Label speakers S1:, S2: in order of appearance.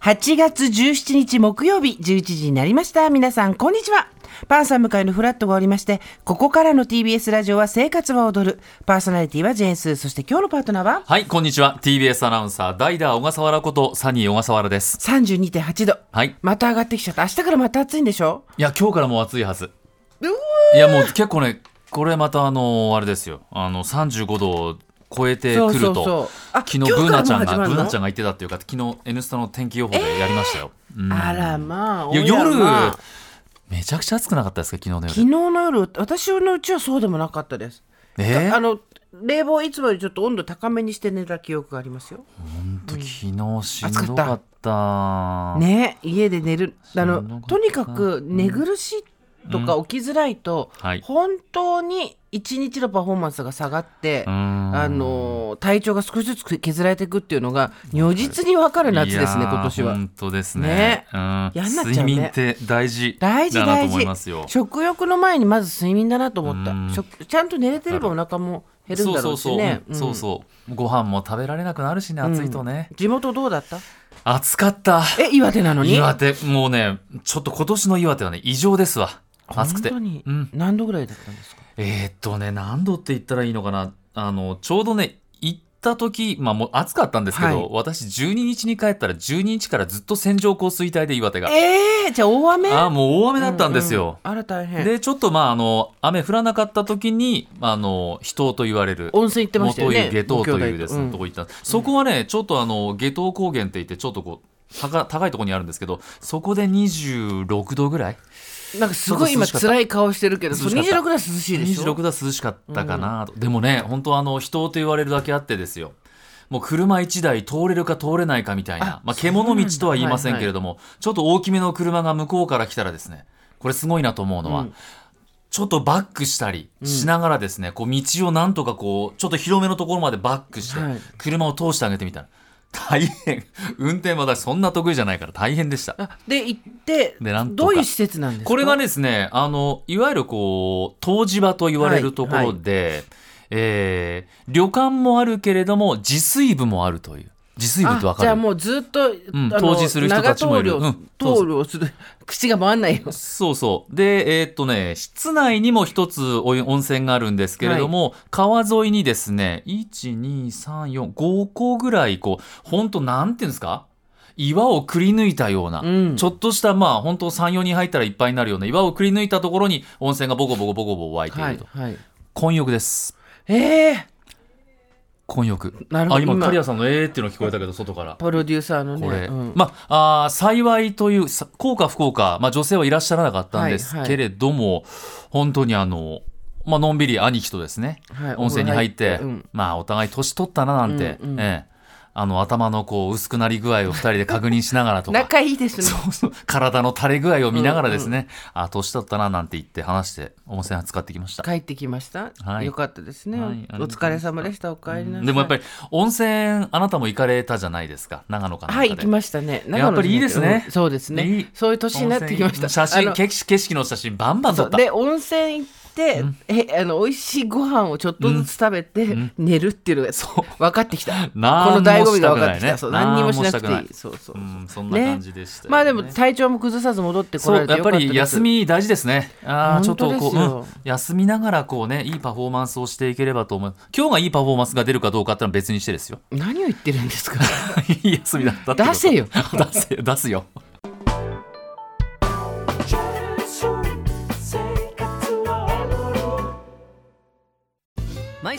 S1: 8月17日木曜日11時になりました。皆さん、こんにちは。パンサー向かいのフラットがおりまして、ここからの TBS ラジオは生活は踊る。パーソナリティはジェーンスー。そして今日のパートナーは
S2: はい、こんにちは。TBS アナウンサー、ダイダー小笠原こと、サニー小笠原です。
S1: 32.8度。
S2: はい。
S1: また上がってきちゃった。明日からまた暑いんでしょ
S2: いや、今日からもう暑いはず。
S1: うわ
S2: いや、もう結構ね、これまたあのーあれですよ。あの、35度を超えてくると、
S1: あ
S2: 昨日ブーナちゃん
S1: 今日からもう始ま
S2: が、
S1: る
S2: ブ
S1: の
S2: ーナちゃんが言ってたっていうか、昨日 N スタの天気予報でやりましたよ。うん
S1: あらまあ、
S2: いや
S1: おや
S2: 夜、
S1: まあ
S2: めちゃくちゃ暑くなかったですか、昨日の
S1: 昨
S2: 夜。
S1: 日の夜、私のうちはそうでもなかったです。
S2: え
S1: あ
S2: ー、
S1: の冷房いつもよりちょっと温度高めにして寝た記憶がありますよ。
S2: 昨日しんどかった。
S1: ね家で寝るあ
S2: そんな
S1: の
S2: こと
S1: とにかく寝苦しいとか起きづらいと、
S2: はい
S1: 本当に一日のパフォーマンスが下がって、
S2: ん
S1: あの体調が少しずつ削られていくっていうのが如実に分かる夏ですね
S2: いやー
S1: 今年は。
S2: 本当ですね。
S1: ね
S2: うん
S1: 嫌になっちゃうね
S2: 睡眠って大事
S1: 大事
S2: だなと
S1: 大
S2: 思います
S1: 事
S2: よ。
S1: 食欲の前にまず睡眠だなと思
S2: う
S1: っ
S2: ん
S1: た食ちゃんと寝れてればお腹も減るんだろうしね
S2: そうそうそう、そうそうご飯も食べられなくなるしね
S1: うん
S2: 暑いとね、
S1: うん地元どうだった
S2: 暑かった
S1: え岩手なのに
S2: 岩手もうねちょっと今年の岩手はね異常ですわ暑くて
S1: 本当に
S2: うん
S1: 何度ぐらいだったんですか、
S2: えー、っとね何度って言ったらいいのかなあのちょうどね行った時、まあ、もう暑かったんですけど、
S1: はい
S2: 私12日に帰ったら12日からずっと線状降水帯で岩手が
S1: ええじゃあ大雨
S2: ああ
S1: う
S2: もう大雨だったんですよ、
S1: んうんあら大変
S2: でちょっとまああの雨降らなかった時にあの人と言われる
S1: 温泉行ってましたよね
S2: 元湯下湯というです
S1: ご兄弟
S2: ね、と
S1: と
S2: こ行ったそこはねちょっとあの下湯高原って言ってちょっとこう高高いところにあるんですけどそこで26度ぐらい
S1: うんなんかすごい今
S2: ちょっと涼しかった
S1: 辛い顔してるけどそ
S2: 涼しか
S1: の
S2: っ
S1: 26度
S2: た
S1: は涼しいでし
S2: 26
S1: ょ
S2: 度は涼しかったかなと、でもね本当あの人と言われるだけあってですよもう車1台通れるか通れないかみたいな
S1: あ
S2: まあ、
S1: そうなんだ
S2: 獣道とは言いませんけれども、ちょっと大きめの車が向こうから来たらですねこれすごいなと思うのは、
S1: うん
S2: ちょっとバックしたりしながらですね、こう道をなんとかこうちょっと広めのところまでバックして
S1: はい
S2: 車を通してあげてみたら、大変運転は私そんな得意じゃないから大変でした
S1: あで行って
S2: でなんと
S1: ど
S2: か
S1: ういう施設なんですか
S2: これが
S1: ね
S2: ですねあのいわゆるこう湯治場と言われるところで、えー旅館もあるけれども自炊部もあるという自炊部ってわ
S1: じゃ
S2: か
S1: あ
S2: る
S1: もうずっと、
S2: ん
S1: あの
S2: 湯治する人たちもいる
S1: 長
S2: うんそうそ
S1: 湯
S2: う
S1: 量をする 口が回んないよ
S2: そうそうでえーっとね室内にも一つお温泉があるんですけれども、川沿いにですね12345個ぐらいこうほんとなんていうんですか岩をくり抜いたような、
S1: うん
S2: ちょっとしたまあ本当34人入ったらいっぱいになるような岩をくり抜いたところに温泉がボコボコボコボコ湧いてい
S1: は
S2: る
S1: い
S2: と、
S1: はい
S2: 混浴です
S1: ええ
S2: 混浴
S1: なるほど
S2: あ今
S1: 今
S2: カリアさんの「えー」っていうの聞こえたけど外から
S1: プロデューサーのね
S2: これ、
S1: うん
S2: まああー幸いというさ幸か不幸か、まあ、女性はいらっしゃらなかったんですけれども、本当にあの、まあのんびり兄貴とですね、
S1: はい
S2: 温泉に入って
S1: お風呂入って
S2: まあ、お互い年取ったななんて、
S1: うんうん
S2: ええあの頭のこう薄くなり具合を2人で確認しながらとか。
S1: 仲いいですね
S2: そうそう 体の垂れ具合を見ながらですね、あ年取ったななんて言って話して温泉使ってきました
S1: 帰ってきました、
S2: はい
S1: よかったですね、
S2: はいありがとう
S1: お
S2: ござ
S1: 疲
S2: い
S1: れ
S2: ます
S1: 様でしたお帰りなさい
S2: でもやっぱり温泉あなたも行かれたじゃないですか長野かなんか
S1: は
S2: で
S1: い行きましたね
S2: やっぱりいいですね
S1: 長野じゃなくてうんそうですね
S2: いい
S1: そういう年になってきました
S2: 写
S1: あ
S2: 真
S1: の
S2: 景色景色の写真バンバン撮
S1: そ
S2: っ
S1: う
S2: た
S1: で温泉行って、えあの美味しいご飯をちょっとずつ食べて、寝るっていうのが分かってき たこ
S2: 何も
S1: の醍醐味が分かってきた
S2: した
S1: そ
S2: くないね
S1: う何にもしなくていい
S2: 何もしたくない
S1: そうそうそうう、
S2: んそんな感じでしたよね
S1: まあでも体調も崩さず戻ってこ
S2: そ
S1: ら
S2: う
S1: れて
S2: やっ
S1: よか
S2: ぱ
S1: ったです
S2: り休み大事ですねああちょっと
S1: 本
S2: こう、
S1: 当ですよ
S2: うん休みながらこうねいいパフォーマンスをしていければと思う今日がいいパフォーマンスが出るかどうかってのは別にしてですよ
S1: 何を言ってるんですか
S2: いい休みだったってこと
S1: 出せよ
S2: 出せ出すよ
S3: 毎